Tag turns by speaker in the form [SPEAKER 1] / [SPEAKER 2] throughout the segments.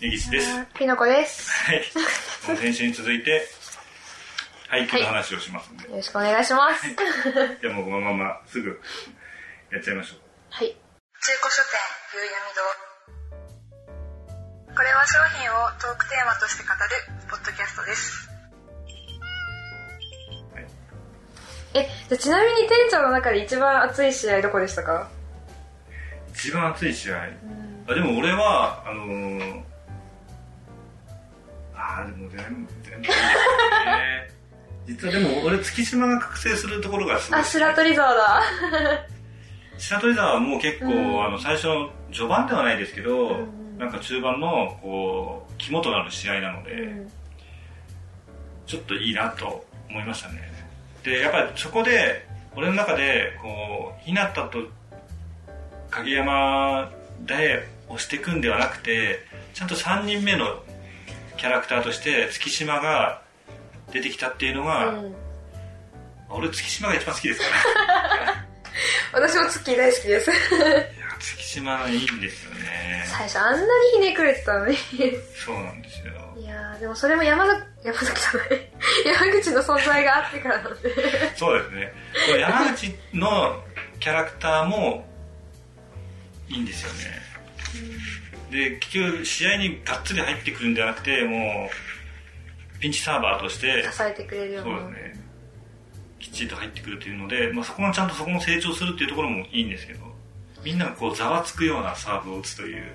[SPEAKER 1] 根岸です。は
[SPEAKER 2] ピノコです。
[SPEAKER 1] い。先週に続いて、配給の話をしますんで。
[SPEAKER 2] よろしくお願いします。
[SPEAKER 1] じゃあもうこのまますぐやっちゃいましょう。
[SPEAKER 2] はい。
[SPEAKER 3] 中古書店夕闇堂これは商品をトークテーマとして語るポッドキャストです
[SPEAKER 2] え、じゃあちなみに店長の中で一番熱い試合どこでしたか
[SPEAKER 1] 一番熱い試合。あでも俺は、あのー、あーでも全全部いいですね。実はでも俺月島が覚醒するところがすごい
[SPEAKER 2] あ、白鳥沢だ。
[SPEAKER 1] 白鳥沢はもう結構、
[SPEAKER 2] うん
[SPEAKER 1] あの最初の序盤ではないですけど、
[SPEAKER 2] ん
[SPEAKER 1] なんか中盤のこう肝となる試合なので、ちょっといいなと思いましたねでやっぱりそこで俺の中でこう日向と影山で押していくんではなくてちゃんと3人目のキャラクターとして月島が出てきたっていうのが、
[SPEAKER 2] うん
[SPEAKER 1] 俺月島が一番好きですから
[SPEAKER 2] 私もツッキー大好きです。
[SPEAKER 1] いや月島いいんですよね
[SPEAKER 2] 最初あんなにひねくれてた のに。
[SPEAKER 1] そうなんですよ
[SPEAKER 2] いやー、でもそれも山崎、山崎じゃない。山口の存在があってから なんで。
[SPEAKER 1] そうですねこの山口のキャラクターもいいんですよねで結局試合にがっつり入ってくるんじゃなくてもうピンチサーバーとして
[SPEAKER 2] 支えてくれるよう
[SPEAKER 1] そう
[SPEAKER 2] な。
[SPEAKER 1] ですねきっちりと入ってくるというので、まあ、そこもちゃんとそこも成長するっていうところもいいんですけどみんながこうざわつくようなサーブを打つという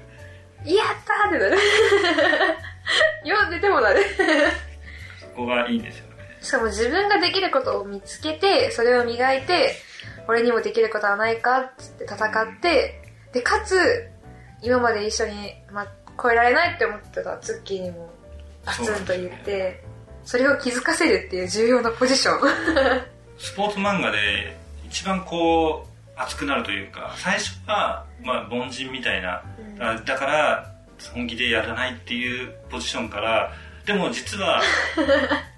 [SPEAKER 2] やったー ってなる。読んでてもなる。
[SPEAKER 1] そこがいいんですよね
[SPEAKER 2] しかも自分ができることを見つけて、それを磨いて、俺にもできることはないかっつって戦って、で、かつ、今まで一緒に、ま、超えられないって思ってたツッキーにも、バツンと言
[SPEAKER 1] そうなん
[SPEAKER 2] っ
[SPEAKER 1] ですよ
[SPEAKER 2] て、それを気づかせるっていう重要なポジション。
[SPEAKER 1] スポーツ漫画で一番こう熱くなるというか最初はまあ凡人みたいな、
[SPEAKER 2] うん
[SPEAKER 1] あだから本気でやらないっていうポジションからでも実 は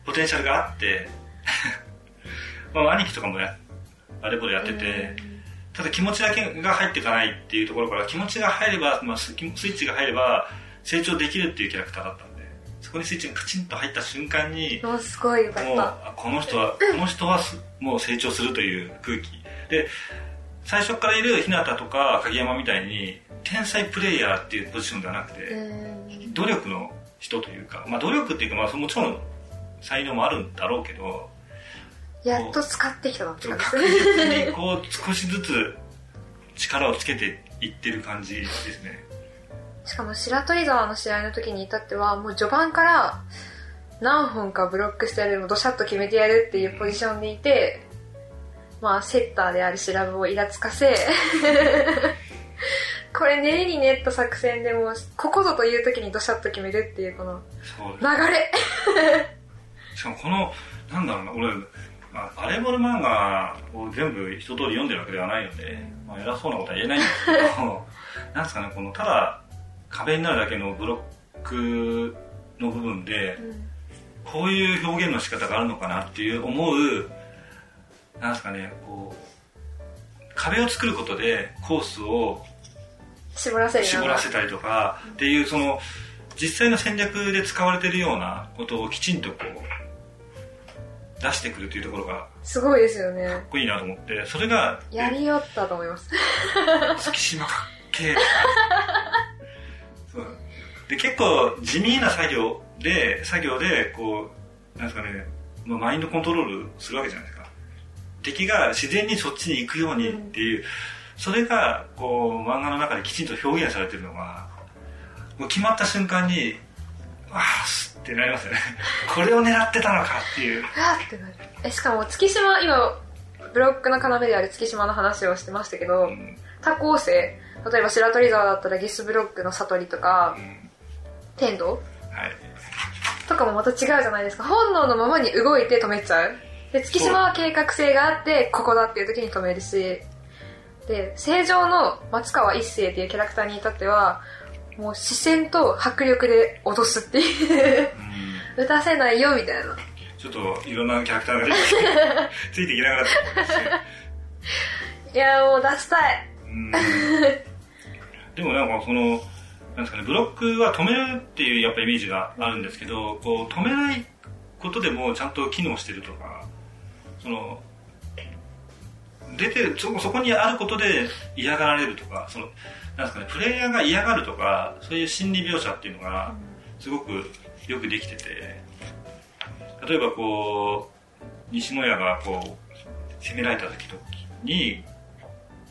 [SPEAKER 1] ポテンシャルがあって まあ兄貴とかもやあれこれやってて、ただ気持ちだけが入っていかないっていうところから気持ちが入れば、まあ、ススイッチが入れば成長できるっていうキャラクターだったんでそこにスイッチがカチンと入った瞬間に
[SPEAKER 2] もうすごいよかっ
[SPEAKER 1] もう
[SPEAKER 2] た。
[SPEAKER 1] あこの人はこの人はすもう成長するという空気で最初からいる日向とか鍵山みたいに天才プレイヤーっていうポジションではなく
[SPEAKER 2] う
[SPEAKER 1] て
[SPEAKER 2] ん
[SPEAKER 1] 努力の人というか、まあ、努力っていうか、まあ、そのもちろん才能もあるんだろうけど
[SPEAKER 2] やっと使ってきたなって
[SPEAKER 1] ちょっと
[SPEAKER 2] 感じ
[SPEAKER 1] 確実にこう少しずつ力をつけていってる感じですね
[SPEAKER 2] しかも白鳥沢の試合の時に至ってはもう序盤から何本かブロックしてやるのをドシャッと決めてやるっていうポジションでいて、まあ、セッターであるシラブをイラつかせ これ練りに練った作戦でもうここぞという時にドシャッと決めるっていうこの
[SPEAKER 1] そう
[SPEAKER 2] 流れ
[SPEAKER 1] しかもこのなんだろうな俺まあバレーボール漫画を全部一通り読んでるわけではないので、まあ、偉そうなことは言えないんですけどなんですかねこのただ壁になるだけのブロックの部分で
[SPEAKER 2] うん
[SPEAKER 1] こういう表現の仕方があるのかなっていう思うなんですかねこう壁を作ることでコースを
[SPEAKER 2] 絞らせるよう
[SPEAKER 1] 絞
[SPEAKER 2] な
[SPEAKER 1] らせたりとかっていうその実際の戦略で使われてるようなことをきちんとこう出してくるというところがか
[SPEAKER 2] すごいですよね
[SPEAKER 1] っこいいなと思ってそれが
[SPEAKER 2] やりよったと思います
[SPEAKER 1] え月島かっけえなそうで結構地味な作業で作業でこうなんですかね、まあ、マインドコントロールするわけじゃないですか敵が自然にそっちに行くようにっていう、それがこう漫画の中できちんと表現されてるのがもう決まった瞬間にああすってなりますよね これを狙ってたのかっていう
[SPEAKER 2] うわーってなるえしかも月島今ブロックの要である月島の話をしてましたけど、
[SPEAKER 1] うん
[SPEAKER 2] 他校生例えば白鳥沢だったらゲスブロックの悟りとか
[SPEAKER 1] うん
[SPEAKER 2] 天童
[SPEAKER 1] はい
[SPEAKER 2] とかもまた違うじゃないですか本能のままに動いて止めちゃうで月島は計画性があってここだっていう時に止めるしで正常の松川一世っていうキャラクターに至ってはもう視線と迫力で脅すっていう
[SPEAKER 1] うん
[SPEAKER 2] 打たせないよみたいな
[SPEAKER 1] ちょっといろんなキャラクターが出てきて ついていけなくなったと思うし
[SPEAKER 2] いやーもう出したい
[SPEAKER 1] うんでもなんかそのなんですかね、ブロックは止めるっていうやっぱイメージがあるんですけど、こう止めないことでもちゃんと機能してるとかその出てるそこそこにあることで嫌がられるとかそのなんですか、ね、プレイヤーが嫌がるとかそういう心理描写っていうのがすごくよくできてて例えばこう西野屋がこう攻められた時に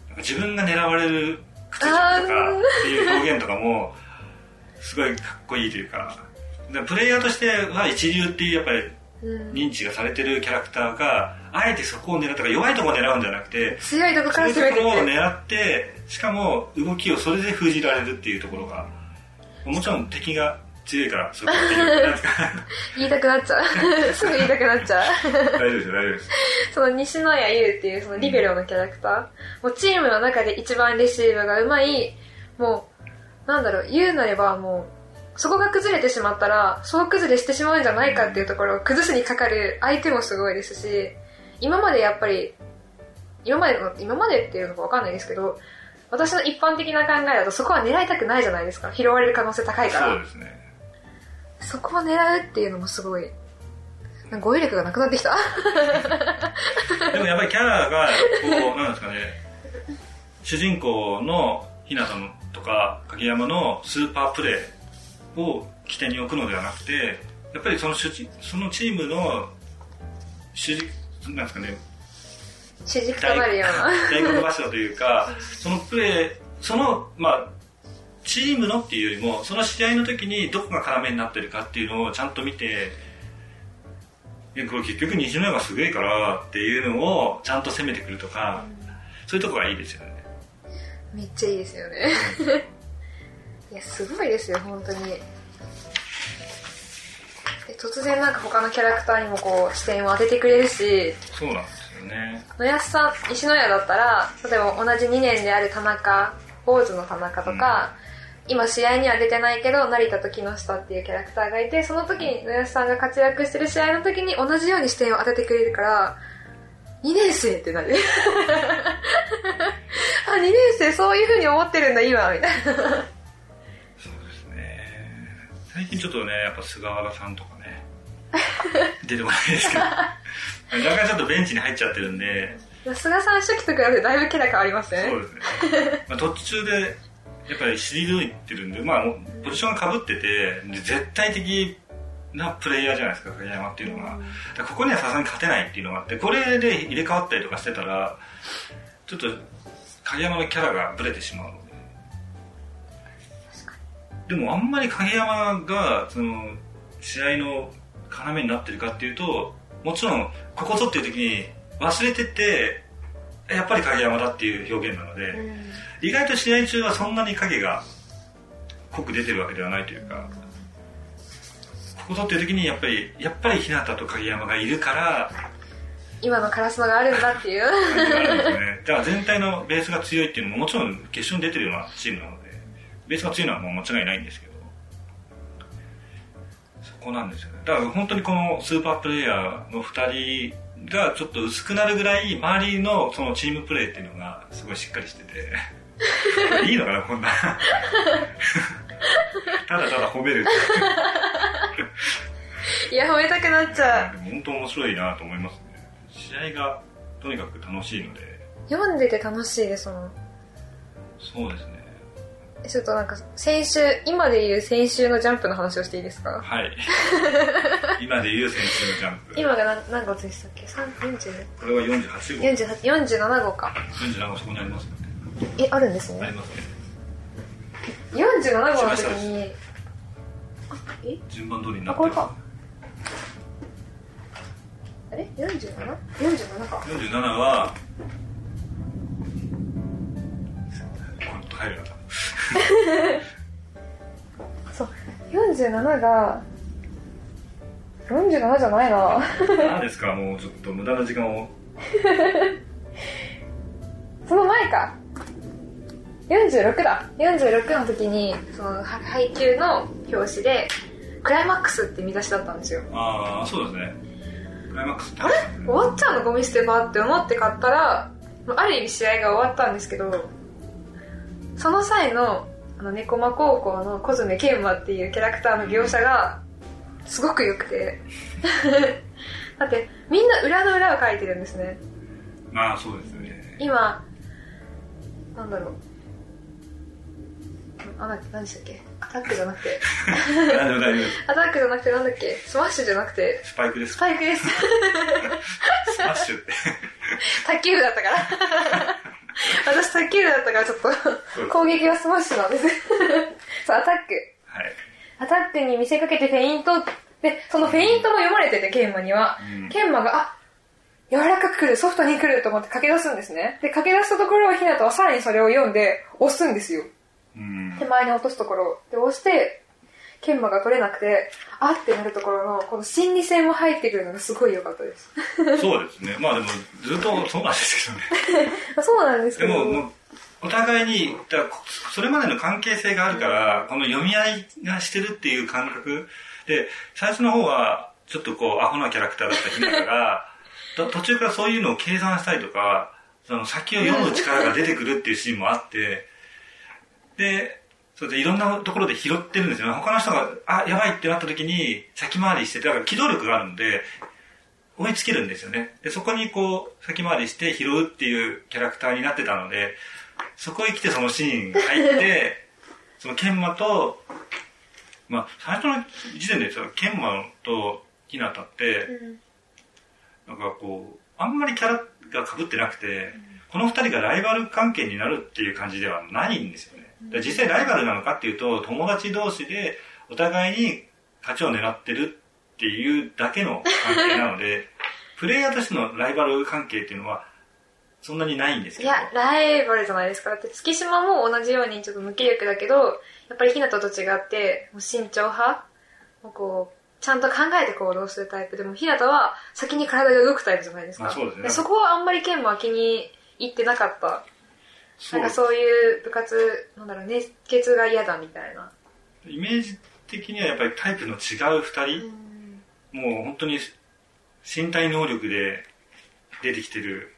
[SPEAKER 1] なんか自分が狙われる屈辱とかっていう表現とかもすごいかっこいいというかでプレイヤーとしては一流っていうやっぱり
[SPEAKER 2] うん
[SPEAKER 1] 認知がされてるキャラクターがあえてそこを狙ったか弱いところを狙うんじゃなくて
[SPEAKER 2] 強いとこか
[SPEAKER 1] そう
[SPEAKER 2] ら
[SPEAKER 1] いうと
[SPEAKER 2] 攻めて
[SPEAKER 1] ころを
[SPEAKER 2] いって
[SPEAKER 1] 狙ってしかも動きをそれで封じられるっていうところがもちろん敵が強いからそこっていうなんですか
[SPEAKER 2] 言いたくなっちゃう すぐ言いたくなっちゃ
[SPEAKER 1] 大丈夫
[SPEAKER 2] う
[SPEAKER 1] ですよ大丈夫です
[SPEAKER 2] その西野谷優っていうそのリベロのキャラクターもうチームの中で一番レシーブがうまいもうなんだろう言うなればもうそこが崩れてしまったら総崩れしてしまうんじゃないかっていうところを崩すにかかる相手もすごいですし今までやっぱり今までの今までっていうのかわかんないですけど私の一般的な考えだとそこは狙いたくないじゃないですか拾われる可能性高いから
[SPEAKER 1] そうですね
[SPEAKER 2] そこを狙うっていうのもすごい。なんか語彙力がなくなって きた。
[SPEAKER 1] でもやっぱりキャラがこうなんですかね主人公のひなたのとか影山のスーパープレーを起点に置くのではなくてやっぱりその主人そのチームの主人なんですかね
[SPEAKER 2] 主軸と
[SPEAKER 1] 大
[SPEAKER 2] なるよう
[SPEAKER 1] 大黒柱というかそのプレーそのまあチームのっていうよりもその試合の時にどこが要になってるかっていうのをちゃんと見ていやこれ結局西野がすげえからっていうのをちゃんと攻めてくるとかそういうとこがいいですよね
[SPEAKER 2] な。めっちゃいいですよね。 いや、すごいですよ、本当に。で突然なんか他のキャラクターにもこう視点を当ててくれるし、
[SPEAKER 1] そうなんですよね
[SPEAKER 2] 野安さん、石野屋だったら、例えば同じ2年である田中、坊主の田中とか、今試合には出てないけど、成田と木下っていうキャラクターがいて、その時に野安さんが活躍してる試合の時に同じように視点を当ててくれるから、2年生って なる。あ、2年生そういう風に思ってるんだ、今、みたいな。
[SPEAKER 1] そうですね最近ちょっとねやっぱ菅原さんとか ね出てこないですけどだからちょっとベンチに入っちゃってるんで
[SPEAKER 2] 菅さん初期と比べてだいぶキャラ変わります
[SPEAKER 1] そ
[SPEAKER 2] ね
[SPEAKER 1] う。ですね、まあ、途中でやっぱり退いてるんで、まあ、もうポジションが被っててで絶対的なプレイヤーじゃないですか影山っていうのが、だからここにはさすがに勝てないっていうのがあってこれで入れ替わったりとかしてたらちょっと影山のキャラがブレてしまうのででもあんまり影山がその試合の要になってるかっていうともちろんここぞっていう時に忘れててやっぱり影山だっていう表現なので、
[SPEAKER 2] うん
[SPEAKER 1] 意外と試合中はそんなに影が濃く出てるわけではないというかここぞっていう時にやっぱりやっぱり日向と影山がいるから
[SPEAKER 2] 今のカラスマがあるんだっていう。
[SPEAKER 1] 感じがあるんですよねだから全体のベースが強いっていうのももちろん決勝に出てるようなチームなのでベースが強いのはもう間違いないんですけどそこなんですよねだから本当にこのスーパープレイヤーの2人がちょっと薄くなるぐらい周りのそのチームプレーっていうのがすごいしっかりしてていいのかなこんなただただ褒め るって
[SPEAKER 2] いや、褒めたくなっちゃう。
[SPEAKER 1] でも本当面白いなと思いますね試合がとにかく楽しいので
[SPEAKER 2] 読んでて楽しいですもん
[SPEAKER 1] そうですね
[SPEAKER 2] ちょっとなんか先週今で言う先週のジャンプの話をしていいですか
[SPEAKER 1] はい。今で言う先週のジャンプ。
[SPEAKER 2] 今が何何号でしたっけ3
[SPEAKER 1] これは48号。
[SPEAKER 2] 40 47号か
[SPEAKER 1] 47号そこにありますよね。
[SPEAKER 2] えあるんです
[SPEAKER 1] あ
[SPEAKER 2] ね
[SPEAKER 1] りますね。
[SPEAKER 2] 47号の時にあえ
[SPEAKER 1] 順番通りになってる。
[SPEAKER 2] あこあれ 47?47 47か
[SPEAKER 1] 47は、これと入るかな。
[SPEAKER 2] そう47が47じゃないな
[SPEAKER 1] 何ですか、もうちょっと無駄な時間を。
[SPEAKER 2] その前か46だ46の時にそのは配給の表紙でクライマックスって見出しだったんですよ
[SPEAKER 1] ああ、そうですね。クライマックスって
[SPEAKER 2] あれ終わっちゃうのゴミ捨て場って思って買ったらまあある意味試合が終わったんですけどその際のあの猫間高校の小爪研磨っていうキャラクターの描写がすごく良くて だってみんな裏の裏を描いてるんですね
[SPEAKER 1] まあそうですね
[SPEAKER 2] 今なんだろうあな何でしたっけアタックじゃなくて
[SPEAKER 1] 大丈夫大丈夫です
[SPEAKER 2] アタックじゃなくてなんだっけスマッシュじゃなくて
[SPEAKER 1] スパイクで
[SPEAKER 2] ス
[SPEAKER 1] す
[SPEAKER 2] パイクです
[SPEAKER 1] スマッシュって
[SPEAKER 2] 卓球部だったから 私卓球部だったからちょっ
[SPEAKER 1] そう
[SPEAKER 2] と攻撃はスマッシュなんですそうアタック
[SPEAKER 1] はい
[SPEAKER 2] アタックに見せかけてフェイントでそのフェイントも読まれてて研磨には
[SPEAKER 1] うん
[SPEAKER 2] 研磨があ柔らかく来るソフトに来ると思って駆け出すんですねで駆け出したところをひなたはさらにそれを読んで押すんですよ
[SPEAKER 1] うん
[SPEAKER 2] 手前に落とすところで押して研磨が取れなくてあってなるところのこの心理戦も入ってくるのがすごい良かったです
[SPEAKER 1] そうですねまあでもずっとそうなんですけどね
[SPEAKER 2] そうなんです
[SPEAKER 1] で
[SPEAKER 2] けど
[SPEAKER 1] も、もうお互いに、だからこそれまでの関係性があるから、この読み合いがしてるっていう感覚で、最初の方は、ちょっとこう、アホなキャラクターだったひなたが、 と途中からそういうのを計算したりとか、その先を読む力が出てくるっていうシーンもあって、で、それでいろんなところで拾ってるんですよね。他の人が、あ、やばいってなった時に先回りして、だから機動力があるので、追いつけるんですよね。で、そこにこう、先回りして拾うっていうキャラクターになってたので、そこへ来てそのシーンが入って、 その研磨と、まあ、最初の時点でさ、研磨とひなたって、
[SPEAKER 2] う
[SPEAKER 1] な
[SPEAKER 2] ん
[SPEAKER 1] んかこう、あんまりキャラが被ってなくて、この二人がライバル関係になるっていう感じではないんですよね。だから実際ライバルなのかっていうと、友達同士でお互いに勝ちを狙ってるっていうだけの関係なので、 プレイヤーとしてのライバル関係っていうのは、そんなにないんですけ
[SPEAKER 2] い
[SPEAKER 1] ど。
[SPEAKER 2] や、ライバルじゃないですか。だって月島も同じようにちょっと無気力だけど、やっぱりひなたと違って、もう慎重派もうこう、ちゃんと考えて行動するタイプでも、ひなたは先に体が動くタイプじゃないですか。
[SPEAKER 1] あそうですね
[SPEAKER 2] そこはあんまり剣も気に入ってなかった。
[SPEAKER 1] そ
[SPEAKER 2] なん
[SPEAKER 1] う
[SPEAKER 2] かそういう部活、なんだろう、熱血が嫌だみたいな。
[SPEAKER 1] イメージ的にはやっぱりタイプの違う二
[SPEAKER 2] う
[SPEAKER 1] 人、
[SPEAKER 2] ん。
[SPEAKER 1] もう本当に身体能力で出てきてる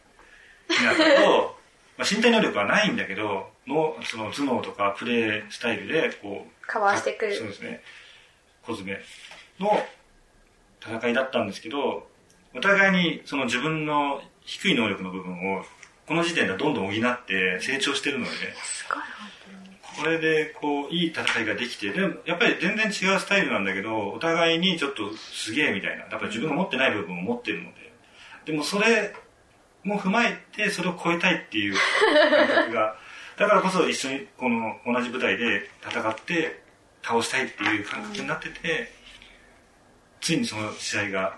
[SPEAKER 1] ひなたと、 まあ身体能力はないんだけど、のその頭脳とかプレースタイルでこう、
[SPEAKER 2] カバーしてくる
[SPEAKER 1] そうですね。コズメの戦いだったんですけど、お互いにその自分の低い能力の部分を、この時点ではどんどん補って成長してるので、
[SPEAKER 2] すごい、
[SPEAKER 1] これでこういい戦いができてでもやっぱり全然違うスタイルなんだけどお互いにちょっとすげえみたいなやっぱり自分が持ってない部分を持ってるのででもそれも踏まえてそれを超えたいっていう感覚がだからこそ一緒にこの同じ舞台で戦って倒したいっていう感覚になっててついにその試合が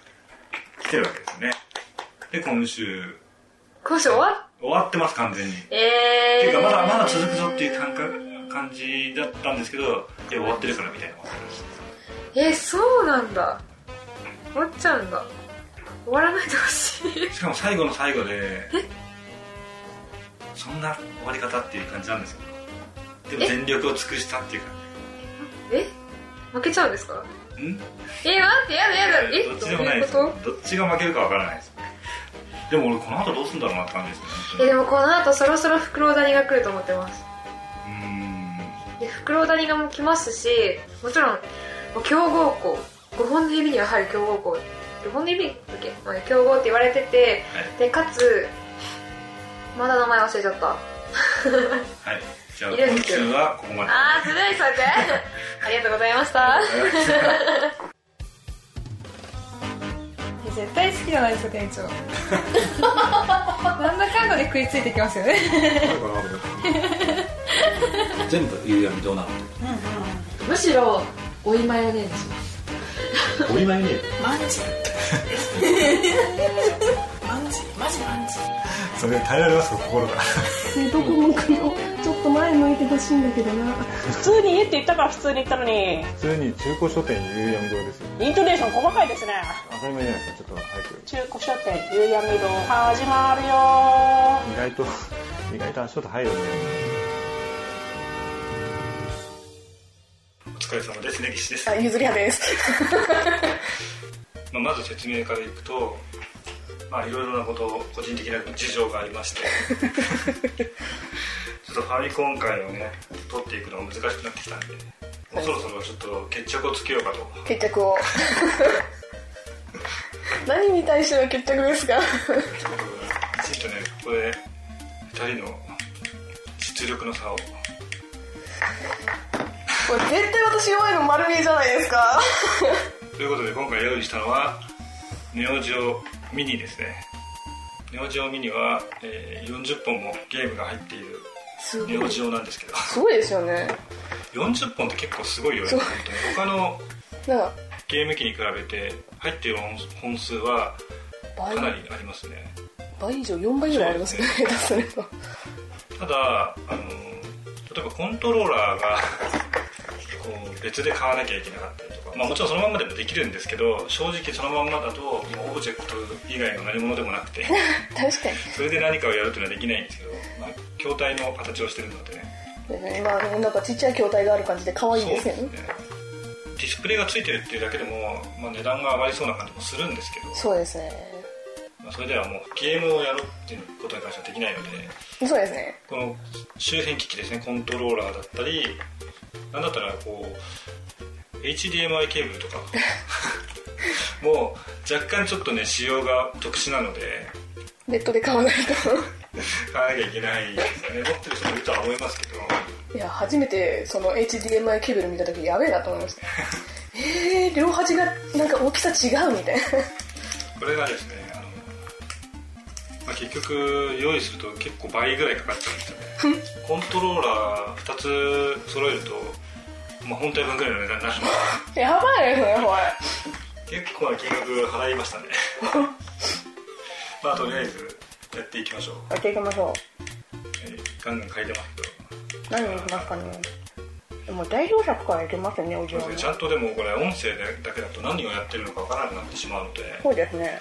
[SPEAKER 1] 来てるわけですよねで今週
[SPEAKER 2] 交渉は
[SPEAKER 1] 終わってます完全にっ
[SPEAKER 2] え
[SPEAKER 1] てい
[SPEAKER 2] ー。
[SPEAKER 1] うかまだまだ続くぞっていう感覚感じだったんですけどいや終わってるからみたいな感じ
[SPEAKER 2] えそうなんだ終わっちゃうんだ終わらないでほしい
[SPEAKER 1] しかも最後の最後でそんな終わり方っていう感じなんですけどでも全力を尽くしたっていうか
[SPEAKER 2] え負けちゃうんですか
[SPEAKER 1] ん
[SPEAKER 2] え待ってやだやだえ
[SPEAKER 1] どっちでもないです
[SPEAKER 2] どういう
[SPEAKER 1] ど
[SPEAKER 2] こ
[SPEAKER 1] っちが負けるかわからないですでも俺この後どうすんだろうなって感じですね
[SPEAKER 2] とえでもこの後そろそろフクロウダニが来ると思ってます
[SPEAKER 1] うーん
[SPEAKER 2] でフクロウダニがもう来ますしもちろんもう強豪校5本の指には入る強豪校5本の指だっけ、まあ、強豪って言われててでかつまだ名前忘れちゃった
[SPEAKER 1] はいじゃあ
[SPEAKER 2] いるん
[SPEAKER 1] 今
[SPEAKER 2] ですよ
[SPEAKER 1] 週はここまで
[SPEAKER 2] あーずるいそ れありがとうございました絶対好きじゃないですか店長なんだかんだで食いついてきますよね
[SPEAKER 4] 全部言うやみどうなの
[SPEAKER 5] むしろおいマヨネーズ
[SPEAKER 4] ゴリマヨネー
[SPEAKER 6] マジマジマジマジ
[SPEAKER 1] それ耐えられます か心が
[SPEAKER 7] 水道もくのちょっと前向いてほしいんだけどな
[SPEAKER 8] 普通に家って言ったから普通に言ったのに
[SPEAKER 9] 普通に中古書店夕闇堂ですよ
[SPEAKER 8] イントネーション細かいですね
[SPEAKER 9] 当たり前じゃないですかちょっと早く
[SPEAKER 8] 中古書店夕闇堂始まるよ
[SPEAKER 9] 意外と意外と足音入るね
[SPEAKER 1] お疲れ様です根岸です
[SPEAKER 6] あゆずりはです
[SPEAKER 1] まあ、まず説明からいくと、 まあ、いろいろなこと個人的な事情がありましてちょっちょっとファミコン界をね取っていくのが難しくなってきたんで、もうそろそろちょっと決着をつけようかと
[SPEAKER 10] 決着を何に対しての決着ですか
[SPEAKER 1] きちんとねここで2人の実力の差を
[SPEAKER 10] これ絶対私弱いの丸見えじゃないですか
[SPEAKER 1] ということで今回用意したのはネオジオミニですねネオジオミニは、えー40本もゲームが入っている
[SPEAKER 10] すご
[SPEAKER 1] ネオ
[SPEAKER 10] い
[SPEAKER 1] ジオなんですけど
[SPEAKER 10] すごいですよね
[SPEAKER 1] 40本って結構すごいよね
[SPEAKER 10] そう
[SPEAKER 1] 本当に他の
[SPEAKER 10] なんか
[SPEAKER 1] ゲーム機に比べて入っている本本数はか
[SPEAKER 10] 倍
[SPEAKER 1] なりありますね
[SPEAKER 10] 倍以上4倍ぐらいありますよね下手す ると
[SPEAKER 1] ただあの例えばコントローラーがこう別で買わなきゃいけなかったりとか、まあ、もちろんそのまんまでもできるんですけど正直そのまんまだともうオブジェクト以外の何物でもなくて
[SPEAKER 10] 確かに
[SPEAKER 1] それで何かをやるというのはできないんですけど、まあ、筐体の形をしてるのでね
[SPEAKER 10] ですねまあでもなんかちっちゃい筐体がある感じで可愛い
[SPEAKER 1] そう
[SPEAKER 10] で
[SPEAKER 1] です
[SPEAKER 10] よね
[SPEAKER 1] ねディスプレイがついてるっていうだけでも、まあ、値段が上がりそうな感じもするんですけど、
[SPEAKER 10] そうですね
[SPEAKER 1] まあ、それではもうゲームをやるっていうことに関してはできないので
[SPEAKER 10] そうですね
[SPEAKER 1] この周辺機器ですねコントローラーだったりなんだったらこう HDMI ケーブルとかもう若干ちょっとね仕様が特殊なので
[SPEAKER 10] ネットで買わない
[SPEAKER 1] 買わなきゃいけないですよね持ってる人もいるとは思いますけど
[SPEAKER 10] と いや初めてその HDMI ケーブル見た時やべえなと思いました えー、両端がなんか大きさ違うみたいな
[SPEAKER 1] これがですねあの、まあ、結局用意すると結構倍ぐらいかかっちゃうんですよねコントローラー2つ揃えると、まあ、本体分ぐらいの値段になるので
[SPEAKER 10] やばいですねこ
[SPEAKER 1] 結構な金額払いま したねまあとりあえずやっていきましょう、
[SPEAKER 10] れやっていきましょ
[SPEAKER 1] えーガンガン書いてますけ
[SPEAKER 10] う何にしますかねでも代表作からいけますよねおじ
[SPEAKER 1] ど、
[SPEAKER 10] は
[SPEAKER 1] ちゃんとでもこれ音声だけだと何をやってるのかわからなくなってしまうので
[SPEAKER 10] そうですね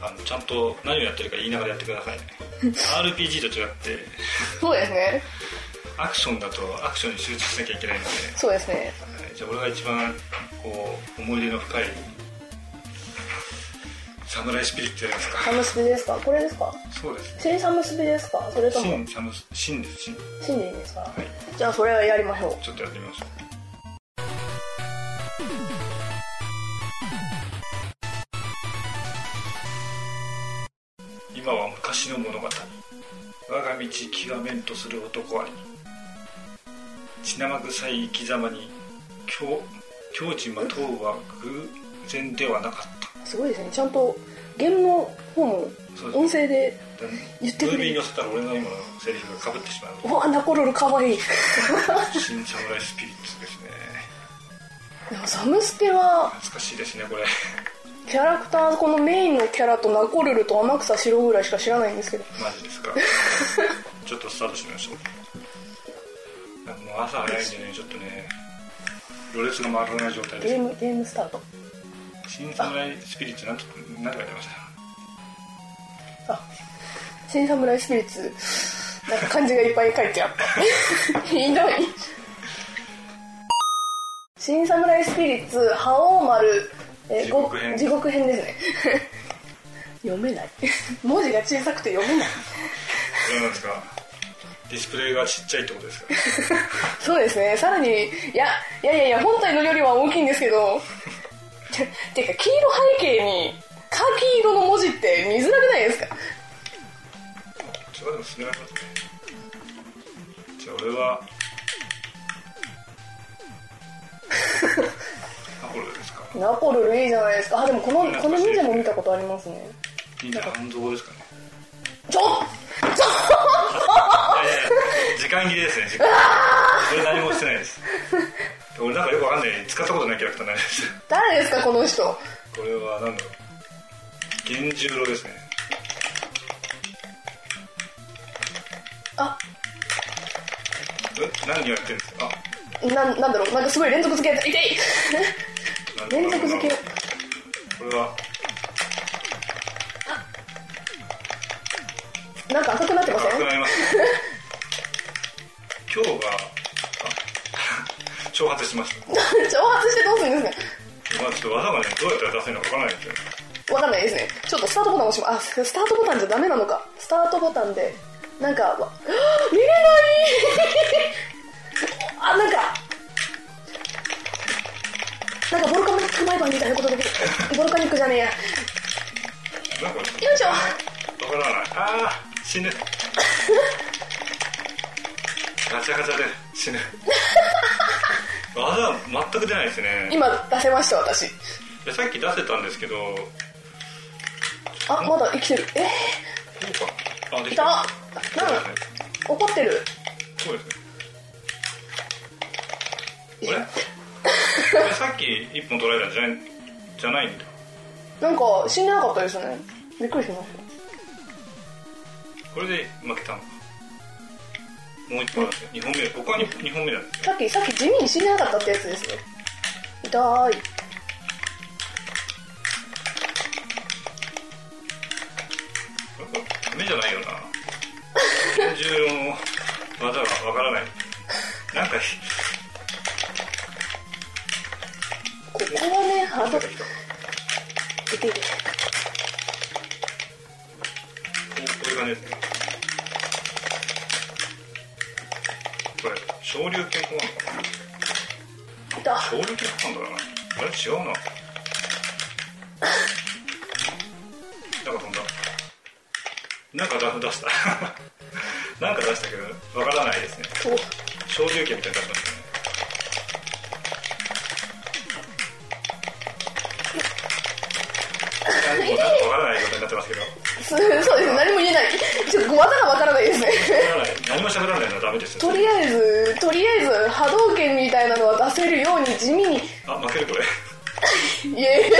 [SPEAKER 1] あのちゃんと何をやってるか言いながらやってください ね RPG と違って
[SPEAKER 10] そうですね
[SPEAKER 1] アクションだとアクションに集中しなきゃいけないので
[SPEAKER 10] そうですね
[SPEAKER 1] はいじゃあ俺が一番こう思い出の深いサムライスピリットじゃないですか
[SPEAKER 10] サムスビですかこれですか
[SPEAKER 1] そうですね
[SPEAKER 10] 新サムスビですかそれとも
[SPEAKER 1] 新サム新です新
[SPEAKER 10] シンでいいですか
[SPEAKER 1] はい
[SPEAKER 10] じゃあそれはやりましょう
[SPEAKER 1] ちょっとやってみましょう今は昔の物語我が道極めんとする男あり血生臭い生き様に境境地まとうは偶然ではなかった
[SPEAKER 10] すごいですねちゃんとゲームの方も
[SPEAKER 1] そう
[SPEAKER 10] 音
[SPEAKER 1] です
[SPEAKER 10] 声で言って
[SPEAKER 1] ム
[SPEAKER 10] く
[SPEAKER 1] ー
[SPEAKER 10] れる
[SPEAKER 1] ビーに乗せたら俺の今のセリフがかぶってしまう
[SPEAKER 10] うわナコロルか わいい
[SPEAKER 1] 新侍スピリッツですね
[SPEAKER 10] でもサムスペは
[SPEAKER 1] 懐かしいですねこれ
[SPEAKER 10] キャラクターこのメインのキャラとナコルルと天草四郎ぐらいしか知らないんですけど
[SPEAKER 1] マジですかちょっとスタートしてみましょうなんかもう朝早いんでねちょっとねろれつが回らない状態
[SPEAKER 10] ゲ
[SPEAKER 1] で
[SPEAKER 10] ームゲームスタート
[SPEAKER 1] す新侍スピリッツなんとなんとかやってました
[SPEAKER 10] 新サムライスピリッツなんか漢字がいっぱい書いてあった ひどい新サムライスピリッツ覇王丸え
[SPEAKER 1] 地獄編
[SPEAKER 10] ご地獄編ですね 読めない文字が小さくて読めない
[SPEAKER 1] どうなんですかディスプレイがちっちゃいってことですか
[SPEAKER 10] そうですねさらにいやいやいやいや本体のよりは大きいんですけどててか黄色背景にカキ色の文字って見づらくないですか
[SPEAKER 1] それはでも進めなかったねじゃあ俺はあこれですか
[SPEAKER 10] ナポルルいいじゃないですかあでもこのこの忍者も見たことありますね
[SPEAKER 1] 忍者半蔵ですかね
[SPEAKER 10] ちょっ
[SPEAKER 1] いやいや時間切れですね時間俺何もしてないです俺なんかよくわかんない使ったことないキャラクターないです
[SPEAKER 10] 誰ですかこの人
[SPEAKER 1] これはなんだろう源十郎ですね
[SPEAKER 10] あ
[SPEAKER 1] え何やってるんですかあ
[SPEAKER 10] なんなんだろうなんかすごい連続付けやった痛い
[SPEAKER 1] なるほど
[SPEAKER 10] 連続付け
[SPEAKER 1] これは
[SPEAKER 10] なんか赤くなってません
[SPEAKER 1] 赤くなりますね今日があ 挑発しました
[SPEAKER 10] 挑発してどうするんで
[SPEAKER 1] まあちょっと技がねどうやったら出せるのかわからないんですよ
[SPEAKER 10] すかわかんないですねちょっとスタートボタン押しますあスタートボタンじゃダメなのかスタートボタンでなんか、わ見れない あ、なんか、なんかボルカニック毎晩みたいなことできる。ボルカニックじゃねえや。よ
[SPEAKER 1] なんか、わ
[SPEAKER 10] いしょ
[SPEAKER 1] からない。ああ、死ぬ。ガチャガチャで死ぬ。技は全く出ないですね。
[SPEAKER 10] 今出せました、私。
[SPEAKER 1] いやさっき出せたんですけど、こ
[SPEAKER 10] あ、まだ生きてる。え
[SPEAKER 1] うか。あ、で
[SPEAKER 10] ー、い
[SPEAKER 1] き
[SPEAKER 10] た
[SPEAKER 1] た。
[SPEAKER 10] なんか
[SPEAKER 1] そうですね
[SPEAKER 10] 怒ってる。
[SPEAKER 1] そうですね。これこれさっき一本取られたんじゃないじゃないんだ。
[SPEAKER 10] なんか死んでなかったですね。びっくりしまし
[SPEAKER 1] これで負けたのか。もう一本あるんですよ。二本目。僕は二二本目なんです
[SPEAKER 10] た。さっき、さっき地味に死んでなかったってやつですね。痛い。
[SPEAKER 1] よ。これダメじゃないよな。44の技がわからない。なんか、
[SPEAKER 10] ここはね、ハード、出てる。
[SPEAKER 1] こうこういう感じですねこれ昇竜拳コマンドか
[SPEAKER 10] 痛
[SPEAKER 1] な昇竜拳コマンドだなあれ違うななんか飛んだなんか出出した なんか出したけどわからないですね
[SPEAKER 10] そう。
[SPEAKER 1] 昇竜拳みたいに出しましたねなんかわからない状態になってますけど
[SPEAKER 10] そうそうです何も言えないちょっと技がわからないですね
[SPEAKER 1] わからない何も喋らないのはダメですよ
[SPEAKER 10] とりあえずとりあえず波動拳みたいなのは出せるように地味に
[SPEAKER 1] あ負けるこれ
[SPEAKER 10] イエ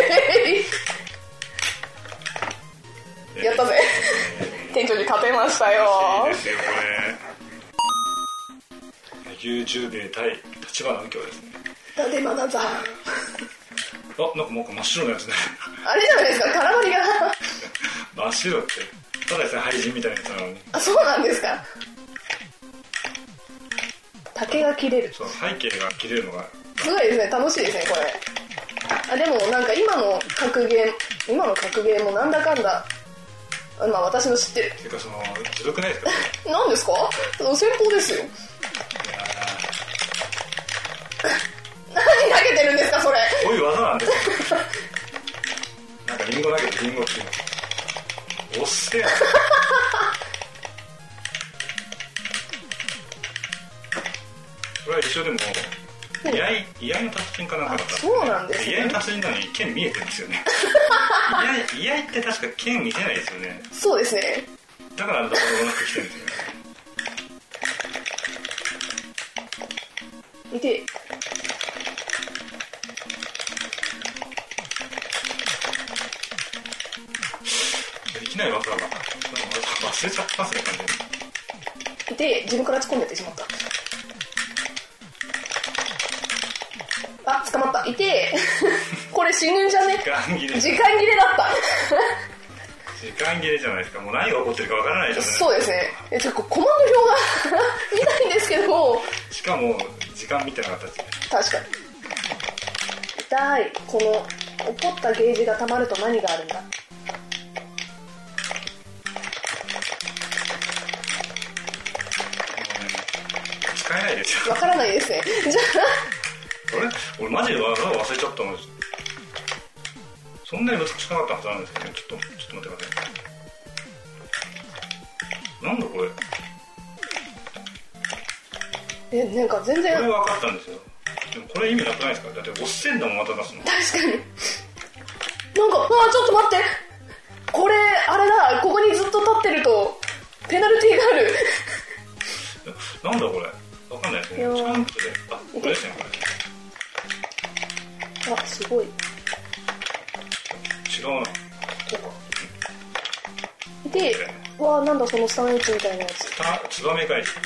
[SPEAKER 10] ーイやったぜ店長に勝てましたよ
[SPEAKER 1] いいですよこれ野球10名対立花右京ですね
[SPEAKER 10] だってまだざ
[SPEAKER 1] あなんかもう真っ白なやつね
[SPEAKER 10] あれじゃないですか空振りが
[SPEAKER 1] 真っ白ってただですね廃人みたいなやつなのに
[SPEAKER 10] あそうなんですか竹が切れる
[SPEAKER 1] そう背景が切れるのが
[SPEAKER 10] すごいですね楽しいですねこれあでもなんか今の格ゲー今の格ゲーもなんだかんだあまあ私の知ってる
[SPEAKER 1] ていうかそのずるくないですか
[SPEAKER 10] 何ですか先方ですよ
[SPEAKER 1] いやー
[SPEAKER 10] 何投げてるんですかそれ
[SPEAKER 1] こういう技なんですよなんかリンゴ投げてリンゴっていうのおっせえなこれは一緒でも居合居合の達人かなんかだった
[SPEAKER 10] あそうなんですね
[SPEAKER 1] 居合の達人なのに剣見えてるんですよね居合居合って確か剣見てないですよね
[SPEAKER 10] そうですね
[SPEAKER 1] だからあのところなってきてるんですよね
[SPEAKER 10] 見て
[SPEAKER 1] できない技がなんか忘れちゃったすね感じ
[SPEAKER 10] 見て自分から突っ込んでってしまったあ捕まったいてこれ死ぬんじゃね
[SPEAKER 1] 時間切れ
[SPEAKER 10] 時間切れだっ
[SPEAKER 1] 時間切れじゃないですかもう何が起こってるかわからないじ
[SPEAKER 10] た
[SPEAKER 1] ゃない
[SPEAKER 10] そうですねえちょっとコマンド表が 見ないんですけど
[SPEAKER 1] しかも時間見てなかったし
[SPEAKER 10] 確かに痛いこの怒ったゲージが溜まると何があるんだ
[SPEAKER 1] 使えないですよ
[SPEAKER 10] わからないですねじゃ
[SPEAKER 1] あれ俺マジで技を忘れちゃったのそんなに難しくなかったはずなんですけどねちょっとちょっと待ってくださいなんだこれこ
[SPEAKER 10] あえなんか全
[SPEAKER 1] れ
[SPEAKER 10] 然
[SPEAKER 1] 分かったんですよでもこれ意味なくないですかだっておっせんだもんまた出すの
[SPEAKER 10] 確かになんかあちょっと待ってこれあれだここにずっと立ってるとペナルティーがあ
[SPEAKER 1] な
[SPEAKER 10] る
[SPEAKER 1] んだこれ分かんないですね
[SPEAKER 10] よー
[SPEAKER 1] 時間とであこれですねこ
[SPEAKER 10] あすごい
[SPEAKER 1] れ違うなこうか
[SPEAKER 10] でわあなんだそのスタメン打ちみたいなやつ
[SPEAKER 1] たツバメ返しこ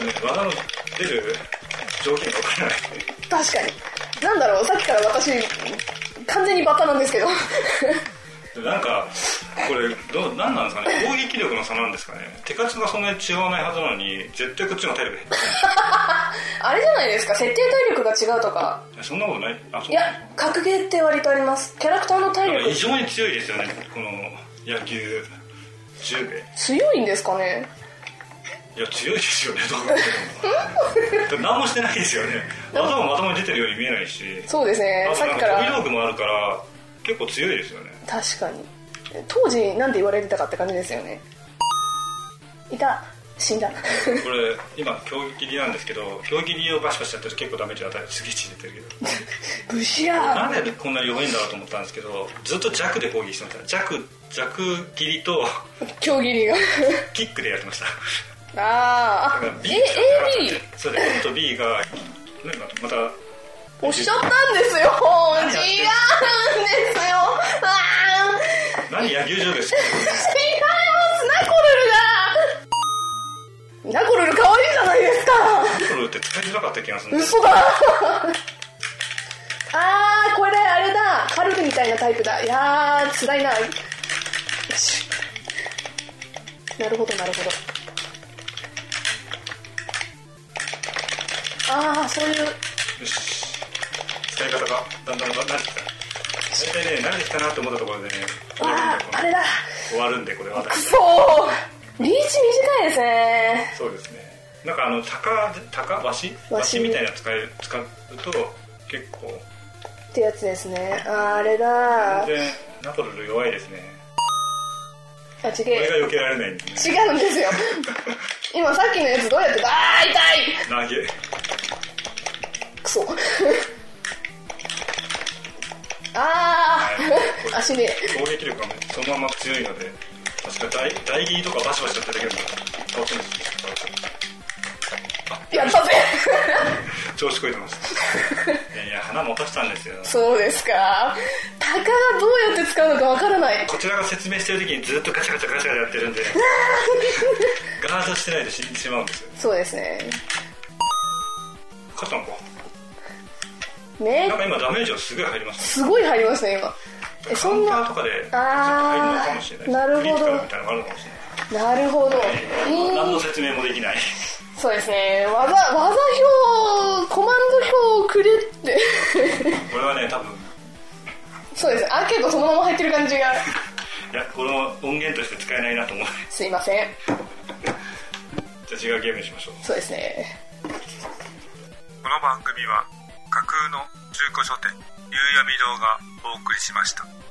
[SPEAKER 1] れね技の出る条件が分からない
[SPEAKER 10] 確かになんだろうさっきから私完全にバカなんですけど
[SPEAKER 1] なんかこれどう何なんですかね攻撃力の差なんですかね手数がそんなに違わないはずなのに絶対こっちの体力減って
[SPEAKER 10] あれじゃないですか設定体力が違うとか
[SPEAKER 1] ないそんなことないあそう
[SPEAKER 10] いや格ゲーって割とありますキャラクターの体
[SPEAKER 1] なんか
[SPEAKER 10] 力
[SPEAKER 1] 異常に強いですよねこの野球10名
[SPEAKER 10] 強いんですかね
[SPEAKER 1] いや強いですよねどう考えても何もしてないですよね頭もまともに出てるように見えないし
[SPEAKER 10] そうですね
[SPEAKER 1] あと
[SPEAKER 10] さっ
[SPEAKER 1] なん
[SPEAKER 10] き
[SPEAKER 1] か
[SPEAKER 10] か
[SPEAKER 1] 飛び
[SPEAKER 10] ら
[SPEAKER 1] 道具もあるから結構強いですよね
[SPEAKER 10] 確かに当時なんて言われてたかって感じですよねいた死んだ
[SPEAKER 1] これ今強撃りなんですけど強撃りをバシバシやってると結構ダメージ与えるすげえ血出てるけど
[SPEAKER 10] 武士や
[SPEAKER 1] なんでこんなに弱いんだろうと思ったんですけどずっと弱で攻撃してました弱弱切りと
[SPEAKER 10] 競技りが
[SPEAKER 1] キックでやってました
[SPEAKER 10] あ
[SPEAKER 1] だ
[SPEAKER 10] ー
[SPEAKER 1] から
[SPEAKER 10] あ
[SPEAKER 1] B
[SPEAKER 10] え
[SPEAKER 1] しか打てな
[SPEAKER 10] AB
[SPEAKER 1] かったそれで今度 B がなんかまた
[SPEAKER 10] おっしゃったんですよ違うん
[SPEAKER 1] 何やってんの何野球
[SPEAKER 10] ですよあー
[SPEAKER 1] 場ですか
[SPEAKER 10] 違いますナコルルだナコルル可愛いじゃないですか
[SPEAKER 1] それって使いづらかった気がするんです
[SPEAKER 10] 嘘だあーこれあれだカルフみたいなタイプだいやー辛いなよしなるほどなるほどああそういう
[SPEAKER 1] よし使い方がだんだん慣れてきた大体ね慣れてきたなって思ったところでね終わるんでこ
[SPEAKER 10] あー
[SPEAKER 1] の
[SPEAKER 10] あれだ
[SPEAKER 1] 終わるんでこれ
[SPEAKER 10] く
[SPEAKER 1] 私
[SPEAKER 10] そーリーチ短いですね
[SPEAKER 1] そうですねなんかあの鷹鷹ワシワシみたいなの使える使うと結構
[SPEAKER 10] ってやつですねあーあれだ
[SPEAKER 1] 全然ナポルル弱いですね
[SPEAKER 10] あち
[SPEAKER 1] これ
[SPEAKER 10] げ
[SPEAKER 1] が避けられないんでね
[SPEAKER 10] 違うんですよ今さっきのやつどうやってあー痛い
[SPEAKER 1] 投げ
[SPEAKER 10] クソあー足ね
[SPEAKER 1] 攻撃力がねそのまま強いので確か大大ギリとかバシバシやってるだけでも倒せるんです
[SPEAKER 10] やったぜ
[SPEAKER 1] 調子こいてますいやいや花も落としたんですよ
[SPEAKER 10] そうですか鷹がどうやって使うのかわからない
[SPEAKER 1] こちらが説明してる時にずっとガチャガチャガチャガチャやってるんでガードしてないで死んでしまうんですよ
[SPEAKER 10] そうですね
[SPEAKER 1] 勝ったのか
[SPEAKER 10] め
[SPEAKER 1] なんか今ダメージがすごい入りました
[SPEAKER 10] すごい入りましたね今え
[SPEAKER 1] カ
[SPEAKER 10] そ
[SPEAKER 1] ウ
[SPEAKER 10] ん
[SPEAKER 1] ンター
[SPEAKER 10] な
[SPEAKER 1] とかでちょっと入るのかもしれない
[SPEAKER 10] あーなるほど
[SPEAKER 1] フリーとかみたいなのがあるのかもしれない
[SPEAKER 10] なるほど、え
[SPEAKER 1] 何
[SPEAKER 10] ー
[SPEAKER 1] の説明もできない
[SPEAKER 10] そうですね技技表コマンド表をくれって
[SPEAKER 1] これはね多分
[SPEAKER 10] そうですアンケートそのまま入ってる感じが
[SPEAKER 1] いやこの音源として使えないなと思う
[SPEAKER 10] すいません
[SPEAKER 1] じゃあ違うゲームにしましょう
[SPEAKER 10] そうですね
[SPEAKER 11] この番組は架空の中古書店夕闇堂がお送りしました。